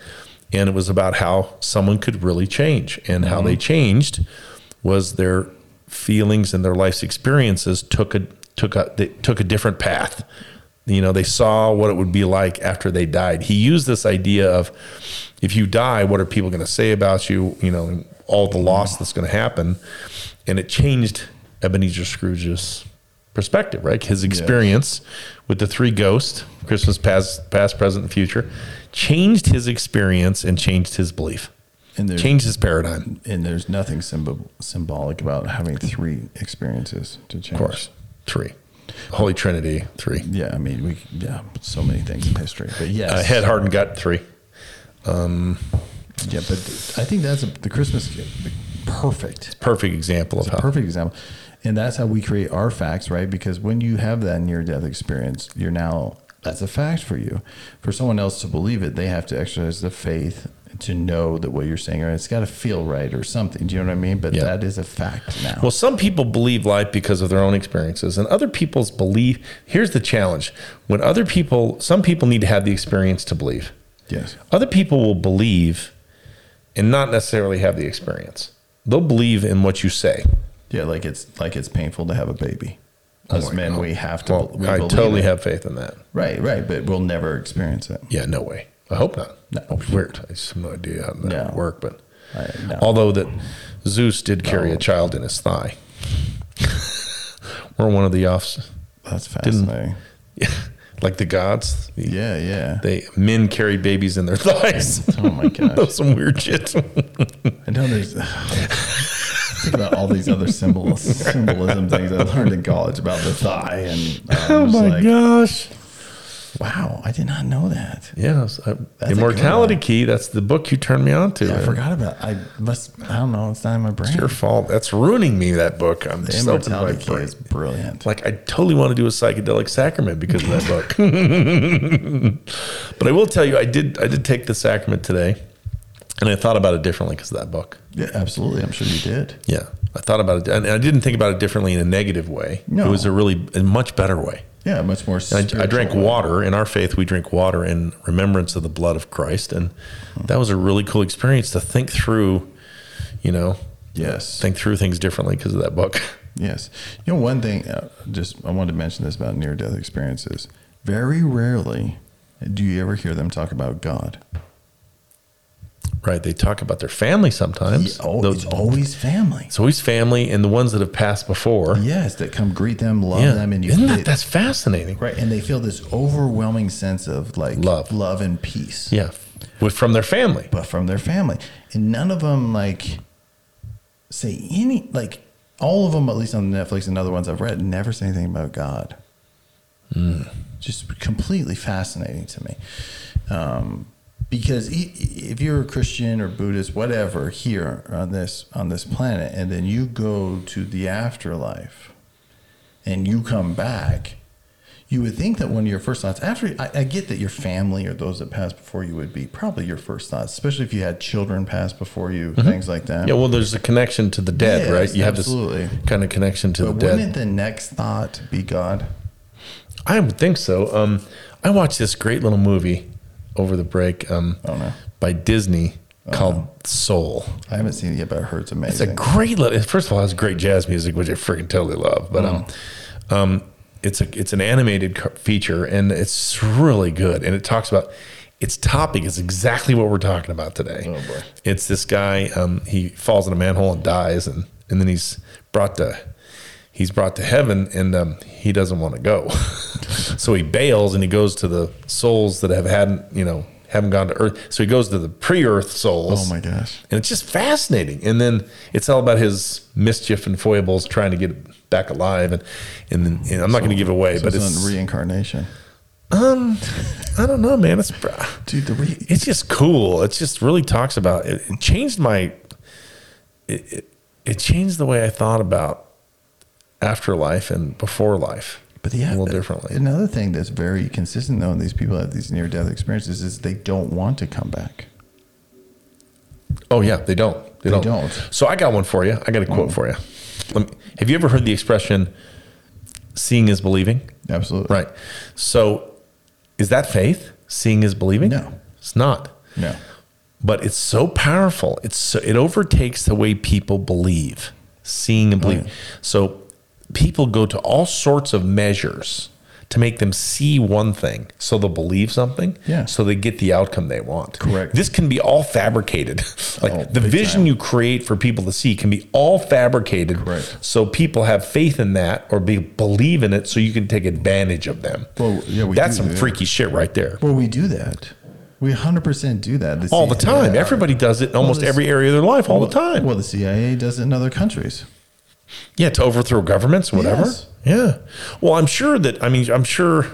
[SPEAKER 1] and it was about how someone could really change, and how they changed was their feelings and their life's experiences took a took a they took a different path. You know, they saw what it would be like after they died. He used this idea of if you die, what are people going to say about you? You know, all the loss that's going to happen, and it changed Ebenezer Scrooge's perspective, right? His experience with the three ghosts, Christmas past, past, present, and future, changed his experience and changed his belief,
[SPEAKER 3] And there-
[SPEAKER 1] changed his paradigm.
[SPEAKER 3] And there's nothing symbol- symbolic about having three experiences to change.
[SPEAKER 1] Of course, three, Holy Trinity, three.
[SPEAKER 3] Yeah, I mean, we yeah, so many things in history, but yes,
[SPEAKER 1] Uh, head, heart, and gut, three.
[SPEAKER 3] Yeah, but I think that's a, the Christmas gift. Perfect,
[SPEAKER 1] Perfect example of how.
[SPEAKER 3] perfect example, and that's how we create our facts, right? Because when you have that near-death experience, you're now that's a fact for you. For someone else to believe it, they have to exercise the faith to know that what you're saying, or it's got to feel right, or something. Do you know what I mean? But
[SPEAKER 1] Yeah.
[SPEAKER 3] that is a fact now.
[SPEAKER 1] Well, some people believe life because of their own experiences, and other people's belief. Here's the challenge: when other people, some people need to have the experience to believe.
[SPEAKER 3] yes,
[SPEAKER 1] Other people will believe, and not necessarily have the experience. They'll believe in what you say.
[SPEAKER 3] yeah, like it's like it's painful to have a baby.
[SPEAKER 1] Oh
[SPEAKER 3] Us
[SPEAKER 1] my
[SPEAKER 3] men,
[SPEAKER 1] God.
[SPEAKER 3] we have to.
[SPEAKER 1] Well,
[SPEAKER 3] we
[SPEAKER 1] I
[SPEAKER 3] believe
[SPEAKER 1] totally
[SPEAKER 3] it.
[SPEAKER 1] have faith in that.
[SPEAKER 3] Right, right, but we'll never experience it.
[SPEAKER 1] Yeah, no way. I hope not.
[SPEAKER 3] No.
[SPEAKER 1] Oh, weird. I just have no idea how that
[SPEAKER 3] No.
[SPEAKER 1] would work, but
[SPEAKER 3] I, no.
[SPEAKER 1] although that Zeus did carry
[SPEAKER 3] No.
[SPEAKER 1] a child in his thigh. We're one of the offs,
[SPEAKER 3] that's fascinating.
[SPEAKER 1] (laughs) like the gods. the-
[SPEAKER 3] Yeah, yeah.
[SPEAKER 1] They men carry babies in their (laughs)
[SPEAKER 3] (laughs)
[SPEAKER 1] thighs.
[SPEAKER 3] Oh
[SPEAKER 1] (laughs)
[SPEAKER 3] my
[SPEAKER 1] That was
[SPEAKER 3] gosh!
[SPEAKER 1] some weird
[SPEAKER 3] Oh
[SPEAKER 1] shit.
[SPEAKER 3] I know there's. (sighs) think about all these other symbols, symbolism things I learned in college about the thigh, and uh,
[SPEAKER 1] Oh
[SPEAKER 3] I'm just like,
[SPEAKER 1] gosh!
[SPEAKER 3] wow, I did not know that.
[SPEAKER 1] Yeah, it was, uh,
[SPEAKER 3] That's a
[SPEAKER 1] immortality
[SPEAKER 3] good one.
[SPEAKER 1] key. That's the book you turned me on to.
[SPEAKER 3] I forgot about. I must. I don't know. It's not in my brain.
[SPEAKER 1] It's your fault. That's ruining me. That book. I'm
[SPEAKER 3] The
[SPEAKER 1] just opening my
[SPEAKER 3] immortality key
[SPEAKER 1] brain.
[SPEAKER 3] is brilliant.
[SPEAKER 1] Like I totally want to do a psychedelic sacrament because of that book. (laughs) but I will tell you, I did I did take the sacrament today, and I thought about it differently because of that book.
[SPEAKER 3] yeah, absolutely. I'm sure you did.
[SPEAKER 1] Yeah, I thought about it, and I didn't think about it differently in a negative way.
[SPEAKER 3] No.
[SPEAKER 1] It was a really a much better way.
[SPEAKER 3] Yeah, much more.
[SPEAKER 1] I, I drank
[SPEAKER 3] spiritual.
[SPEAKER 1] water. In our faith, we drink water in remembrance of the blood of Christ, and that was a really cool experience to think through. You know,
[SPEAKER 3] Yes.
[SPEAKER 1] think through things differently because of that book. (laughs)
[SPEAKER 3] Yes. You know, one thing, uh, just I wanted to mention this about near death experiences. Very rarely do you ever hear them talk about God.
[SPEAKER 1] Right? They talk about their family sometimes.
[SPEAKER 3] Yeah, oh,
[SPEAKER 1] Though-
[SPEAKER 3] it's always family.
[SPEAKER 1] It's always family and the ones that have passed before.
[SPEAKER 3] Yes, that come greet them, love
[SPEAKER 1] Yeah.
[SPEAKER 3] them, and you
[SPEAKER 1] Isn't
[SPEAKER 3] they-
[SPEAKER 1] that that's fascinating?
[SPEAKER 3] right, and they feel this overwhelming sense of like
[SPEAKER 1] Love.
[SPEAKER 3] love and peace.
[SPEAKER 1] Yeah, with from their family.
[SPEAKER 3] but from their family, and none of them like say any like all of them at least on Netflix and other ones I've read never say anything about God. Just completely fascinating to me. Um, because i- if you're a Christian or Buddhist, whatever, here on this on this planet, and then you go to the afterlife, and you come back, you would think that one of your first thoughts after I, I get that your family or those that passed before you would be probably your first thoughts, especially if you had children pass before you, things like that.
[SPEAKER 1] Mm-hmm. Yeah, well, there's a connection to the dead,
[SPEAKER 3] Yes,
[SPEAKER 1] right? You have
[SPEAKER 3] absolutely.
[SPEAKER 1] this kind of connection to
[SPEAKER 3] but
[SPEAKER 1] the dead.
[SPEAKER 3] wouldn't the next thought be God?
[SPEAKER 1] I would think so. Um, I watched this great little movie over the break um,
[SPEAKER 3] Oh, no. Oh,
[SPEAKER 1] by Disney called Soul.
[SPEAKER 3] I haven't seen it yet, but I heard it's
[SPEAKER 1] It's a
[SPEAKER 3] amazing.
[SPEAKER 1] great little. First of all, it's great jazz music, which I freaking totally love. But um, um, it's a it's an animated co- feature, and it's really good. And it talks about its topic is exactly what we're talking about today.
[SPEAKER 3] Oh, boy.
[SPEAKER 1] It's this guy. Um, he falls in a manhole and dies, and and then he's brought to he's brought to heaven, and um, he doesn't want to go, (laughs) so he bails and he goes to the souls that have hadn't you know haven't gone to earth. So he goes to the pre-earth souls.
[SPEAKER 3] oh my gosh.
[SPEAKER 1] And it's just fascinating. And then it's all about his mischief and foibles trying to get back alive. And and, then, and I'm not going to give away,
[SPEAKER 3] So
[SPEAKER 1] but
[SPEAKER 3] it's,
[SPEAKER 1] it's,
[SPEAKER 3] on reincarnation.
[SPEAKER 1] um, I don't know, man. It's br-
[SPEAKER 3] Dude, the re-
[SPEAKER 1] it's just cool. It's just really talks about it. It changed my. It, it, it changed the way I thought about afterlife and before life.
[SPEAKER 3] But yeah, uh,
[SPEAKER 1] a little differently.
[SPEAKER 3] Another thing that's very consistent though, and these people have these near death experiences is they don't want to come back.
[SPEAKER 1] Oh yeah, they don't. They,
[SPEAKER 3] They
[SPEAKER 1] don't.
[SPEAKER 3] don't. Oh.
[SPEAKER 1] So I got one for you. I got a quote for you. Let me, have you ever heard the expression "seeing is believing"?
[SPEAKER 3] Absolutely.
[SPEAKER 1] Right. So is that faith? Seeing is believing?
[SPEAKER 3] No.
[SPEAKER 1] It's not.
[SPEAKER 3] No.
[SPEAKER 1] But it's so powerful. It's so, it overtakes the way people believe. seeing and believing.
[SPEAKER 3] yeah.
[SPEAKER 1] So people go to all sorts of measures to make them see one thing so they'll believe something
[SPEAKER 3] Yeah.
[SPEAKER 1] so they get the outcome they want
[SPEAKER 3] Correct.
[SPEAKER 1] this can be all fabricated (laughs) like
[SPEAKER 3] Oh,
[SPEAKER 1] the
[SPEAKER 3] big
[SPEAKER 1] vision
[SPEAKER 3] time.
[SPEAKER 1] you create for people to see can be all fabricated
[SPEAKER 3] Correct.
[SPEAKER 1] so people have faith in that or be, believe in it so you can take advantage of them
[SPEAKER 3] Well, yeah, we
[SPEAKER 1] that's
[SPEAKER 3] do
[SPEAKER 1] some
[SPEAKER 3] that.
[SPEAKER 1] freaky shit right there
[SPEAKER 3] Well, we do that. We 100% do that.
[SPEAKER 1] all the
[SPEAKER 3] CIA
[SPEAKER 1] time everybody does it in almost
[SPEAKER 3] this-
[SPEAKER 1] every area of their life all the time
[SPEAKER 3] Well, the CIA does it in other countries.
[SPEAKER 1] Yeah, to overthrow governments, whatever.
[SPEAKER 3] Yes.
[SPEAKER 1] Yeah. Well, I'm sure that I mean, I'm sure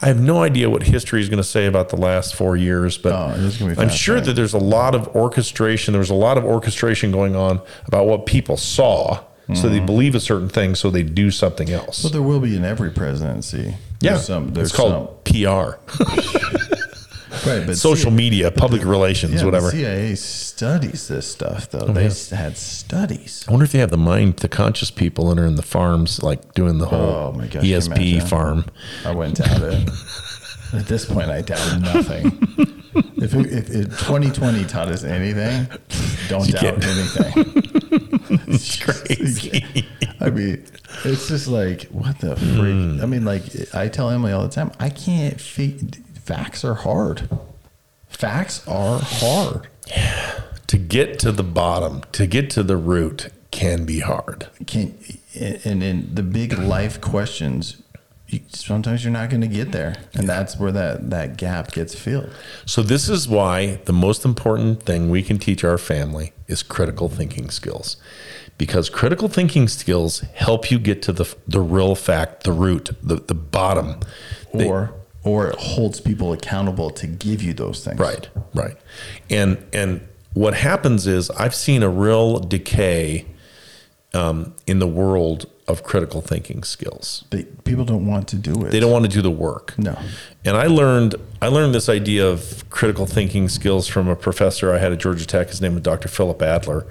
[SPEAKER 1] I have no idea what history is going to say about the last four years, but
[SPEAKER 3] Oh, this is gonna be
[SPEAKER 1] I'm sure
[SPEAKER 3] fascinating.
[SPEAKER 1] that there's a lot of orchestration. There was a lot of orchestration going on about what people saw, so
[SPEAKER 3] Mm-hmm.
[SPEAKER 1] they believe a certain thing, so they do something else.
[SPEAKER 3] But there will be in every presidency.
[SPEAKER 1] yeah,
[SPEAKER 3] There's some, there's
[SPEAKER 1] it's called
[SPEAKER 3] (laughs)
[SPEAKER 1] PR,
[SPEAKER 3] some. Right, but
[SPEAKER 1] social media, public relations,
[SPEAKER 3] Yeah,
[SPEAKER 1] whatever. Mm-hmm.
[SPEAKER 3] The CIA studies this stuff, though. they s had studies.
[SPEAKER 1] I wonder if they have the mind, the conscious people that are in the farms, like doing the whole
[SPEAKER 3] Oh, my gosh, can you
[SPEAKER 1] ESP
[SPEAKER 3] imagine? (laughs)
[SPEAKER 1] farm.
[SPEAKER 3] I wouldn't doubt it. At this point, I doubt nothing. if, it, if, if 2020 taught us anything, don't doubt
[SPEAKER 1] can't-
[SPEAKER 3] anything. it's
[SPEAKER 1] crazy.
[SPEAKER 3] I mean, it's just like, what the freak?
[SPEAKER 1] Hmm.
[SPEAKER 3] I mean, like, I tell Emily all the time, I can't, fi- facts are hard. Facts are hard.
[SPEAKER 1] (laughs) to get to the bottom, to get to the root can be hard.
[SPEAKER 3] can and in the big life questions you, sometimes you're not going to get there and that's where that that gap gets filled
[SPEAKER 1] So this is why the most important thing we can teach our family is critical thinking skills. Because critical thinking skills help you get to the the real fact, the root, the, the bottom. They-
[SPEAKER 3] or or it holds people accountable to give you those things
[SPEAKER 1] Right, right. And and what happens is I've seen a real decay um, in the world of critical thinking skills.
[SPEAKER 3] but people don't want to do it
[SPEAKER 1] They don't want to do the work.
[SPEAKER 3] no
[SPEAKER 1] And I learned I learned this idea of critical thinking skills from a professor I had at Georgia Tech. His name was Dr. Philip Adler,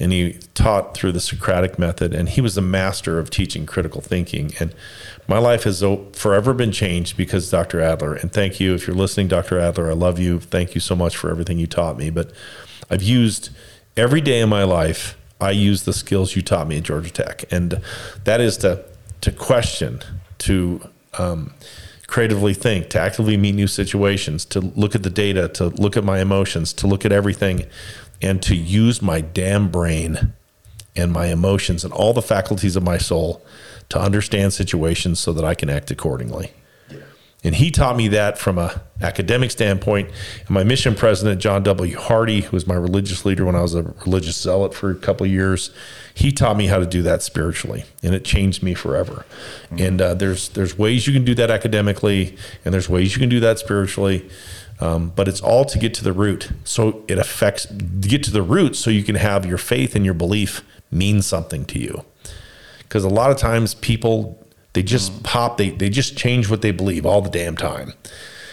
[SPEAKER 1] and he taught through the Socratic method. And he was a master of teaching critical thinking. And my life has o- forever been changed because Dr. Adler. And thank you if you're listening, Dr. Adler. I love you. Thank you so much for everything you taught me. But I've used every day in my life. I use the skills you taught me at Georgia Tech, and that is to to question to um, creatively think, to actively meet new situations, to look at the data, to look at my emotions, to look at everything, and to use my damn brain and my emotions and all the faculties of my soul to understand situations so that I can act accordingly. And he taught me that from a academic standpoint. And my mission president, John W. Hardy, who was my religious leader when I was a religious zealot for a couple of years, he taught me how to do that spiritually, and it changed me forever. And uh, there's there's ways you can do that academically, and there's ways you can do that spiritually, um, but it's all to get to the root. So it affects get to the root, so you can have your faith and your belief mean something to you because a lot of times people they just
[SPEAKER 3] Mm-hmm.
[SPEAKER 1] pop they they just change what they believe all the damn time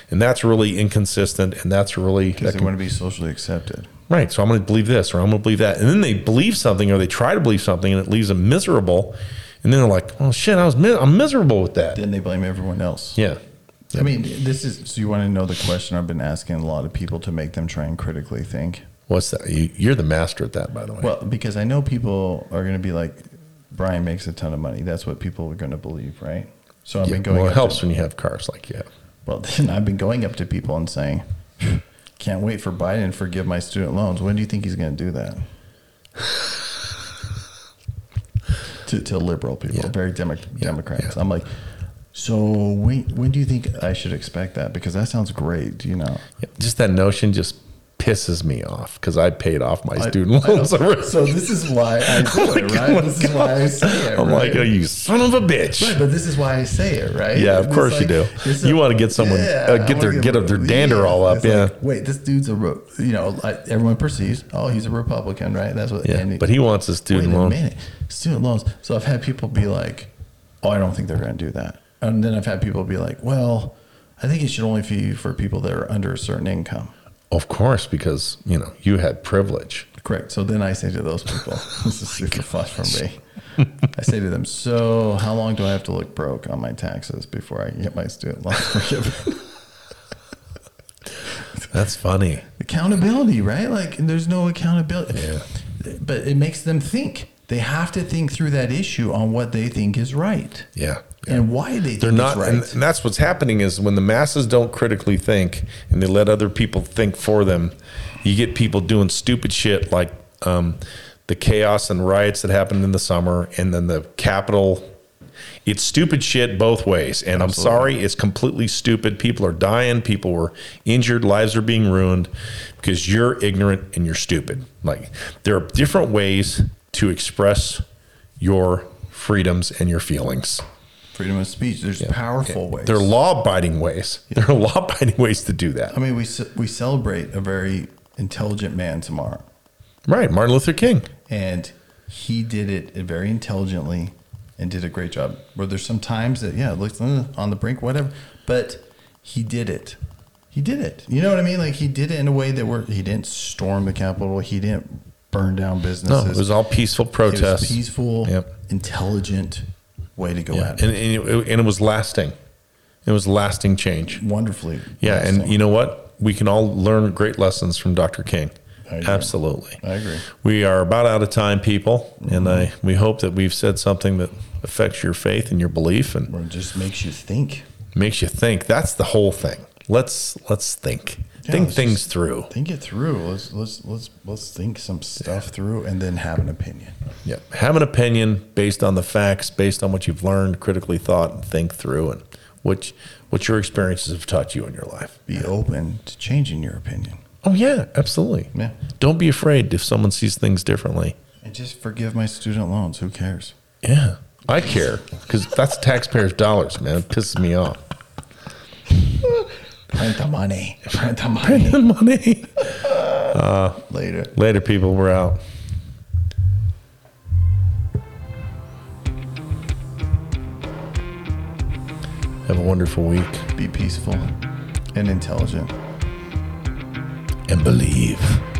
[SPEAKER 1] and that's really inconsistent and that's really that
[SPEAKER 3] because they
[SPEAKER 1] can-
[SPEAKER 3] want to be socially accepted
[SPEAKER 1] right so i'm going to believe this or i'm going to believe that and then they believe something or they try to believe something and it leaves them miserable and then they're like oh shit i was mi- i'm miserable with that
[SPEAKER 3] then they blame everyone else
[SPEAKER 1] yeah
[SPEAKER 3] i mean this is so you want to know the question i've been asking a lot of people to make them try and critically think
[SPEAKER 1] what's that you, you're the master at that by the way
[SPEAKER 3] Well, because I know people are going to be like, Brian makes a ton of money. That's what people are going to believe, right? So I've
[SPEAKER 1] Yeah,
[SPEAKER 3] been going.
[SPEAKER 1] well, it
[SPEAKER 3] up
[SPEAKER 1] helps
[SPEAKER 3] To,
[SPEAKER 1] when you have cars like you have
[SPEAKER 3] well, (laughs) then I've been going up to people and saying, "Can't wait for Biden to forgive my student loans." When do you think he's going to do (sighs) that? to, to liberal people,
[SPEAKER 1] Yeah.
[SPEAKER 3] very demo- Democrats.
[SPEAKER 1] yeah.
[SPEAKER 3] I'm like, so when when do you think I should expect that? Because that sounds great, you know.
[SPEAKER 1] Yeah, just that notion just pisses me off because i paid off my
[SPEAKER 3] I-
[SPEAKER 1] student
[SPEAKER 3] I know.
[SPEAKER 1] loans (laughs) already.
[SPEAKER 3] (laughs) So this is why (laughs) I do
[SPEAKER 1] Like,
[SPEAKER 3] it,
[SPEAKER 1] oh my
[SPEAKER 3] right? This is why I say it.
[SPEAKER 1] i'm
[SPEAKER 3] right?
[SPEAKER 1] like oh you son of a bitch
[SPEAKER 3] Right, but this is why I say it, right?
[SPEAKER 1] Yeah, of
[SPEAKER 3] It's
[SPEAKER 1] course you do.
[SPEAKER 3] it's
[SPEAKER 1] You wanna get someone- uh, get
[SPEAKER 3] I wanna
[SPEAKER 1] their- get up their dander all up,
[SPEAKER 3] It's
[SPEAKER 1] yeah.
[SPEAKER 3] like, wait, this dude's a, re- you know, like everyone perceives, oh, he's a Republican, right? That's what.
[SPEAKER 1] Yeah, but he wants a
[SPEAKER 3] wait
[SPEAKER 1] student loan.
[SPEAKER 3] a minute, student loans. So I've had people be like, oh, I don't think they're going to do that, and then I've had people be like, well, I think it should only be for people that are under a certain income.
[SPEAKER 1] Of course, because you know you had privilege.
[SPEAKER 3] Correct. So then I say to
[SPEAKER 1] (laughs)
[SPEAKER 3] those people, this
[SPEAKER 1] Oh
[SPEAKER 3] is super fun for me. I say to them, so how long do I have to look broke on my taxes before I can get my student loan (laughs) forgiven?
[SPEAKER 1] That's funny.
[SPEAKER 3] accountability, right? Like there's no accountability.
[SPEAKER 1] Yeah.
[SPEAKER 3] But it makes them think. They have to think through that issue on what they think is right
[SPEAKER 1] Yeah.
[SPEAKER 3] and why they think
[SPEAKER 1] They're not,
[SPEAKER 3] it's
[SPEAKER 1] and,
[SPEAKER 3] right.
[SPEAKER 1] and that's what's happening is when the masses don't critically think and they let other people think for them, you get people doing stupid shit like um, the chaos and riots that happened in the summer and then the Capitol. It's stupid shit both ways. And I'm sorry, it's completely stupid. People are dying, people were injured, lives are being ruined because you're ignorant and you're stupid. Like, there are different ways to express your freedoms and your feelings.
[SPEAKER 3] Freedom of speech. There's powerful ways.
[SPEAKER 1] They're law abiding ways. (laughs) There are law abiding ways to do that.
[SPEAKER 3] I mean, we ce- we celebrate a very intelligent man tomorrow,
[SPEAKER 1] Right. Martin Luther King.
[SPEAKER 3] and he did it very intelligently and did a great job. Where there's some times that yeah, it looks uh, on the brink, whatever, but he did it. He did it. You know what I mean? Like he did it in a way that where he didn't storm the Capitol. He didn't burn down
[SPEAKER 1] No,
[SPEAKER 3] businesses.
[SPEAKER 1] it was all peaceful
[SPEAKER 3] It was
[SPEAKER 1] protests.
[SPEAKER 3] peaceful,
[SPEAKER 1] Yep.
[SPEAKER 3] intelligent way to go
[SPEAKER 1] Yeah.
[SPEAKER 3] at
[SPEAKER 1] And,
[SPEAKER 3] it.
[SPEAKER 1] and, it, and it was lasting. It was lasting change.
[SPEAKER 3] Wonderfully.
[SPEAKER 1] Yeah. And
[SPEAKER 3] interesting.
[SPEAKER 1] you know what? We can all learn great lessons from Dr. King.
[SPEAKER 3] I agree.
[SPEAKER 1] Absolutely.
[SPEAKER 3] I agree. Mm-hmm.
[SPEAKER 1] We are about out of time, people. And I, we hope that we've said something that affects your faith and your belief and
[SPEAKER 3] Where it just makes you think.
[SPEAKER 1] makes you think. That's the whole thing. Let's let's think.
[SPEAKER 3] Yeah,
[SPEAKER 1] think
[SPEAKER 3] let's
[SPEAKER 1] things
[SPEAKER 3] just
[SPEAKER 1] through.
[SPEAKER 3] Think it through. Let's let's let's let's think some stuff through and then have an opinion.
[SPEAKER 1] Yeah. Have an opinion based on the facts, based on what you've learned, critically thought, and think through, and what, what your experiences have taught you in your life.
[SPEAKER 3] Be open to changing your opinion.
[SPEAKER 1] Oh, yeah, absolutely.
[SPEAKER 3] Yeah.
[SPEAKER 1] Don't be afraid if someone sees things differently.
[SPEAKER 3] And just forgive my student loans. Who cares?
[SPEAKER 1] Yeah. I care because that's taxpayers' dollars, man. It pisses me (laughs) off.
[SPEAKER 3] Print the money. Print the money.
[SPEAKER 1] The money.
[SPEAKER 3] Later.
[SPEAKER 1] Later, people. We're out. Have a wonderful week
[SPEAKER 3] Be peaceful and intelligent.
[SPEAKER 1] and believe.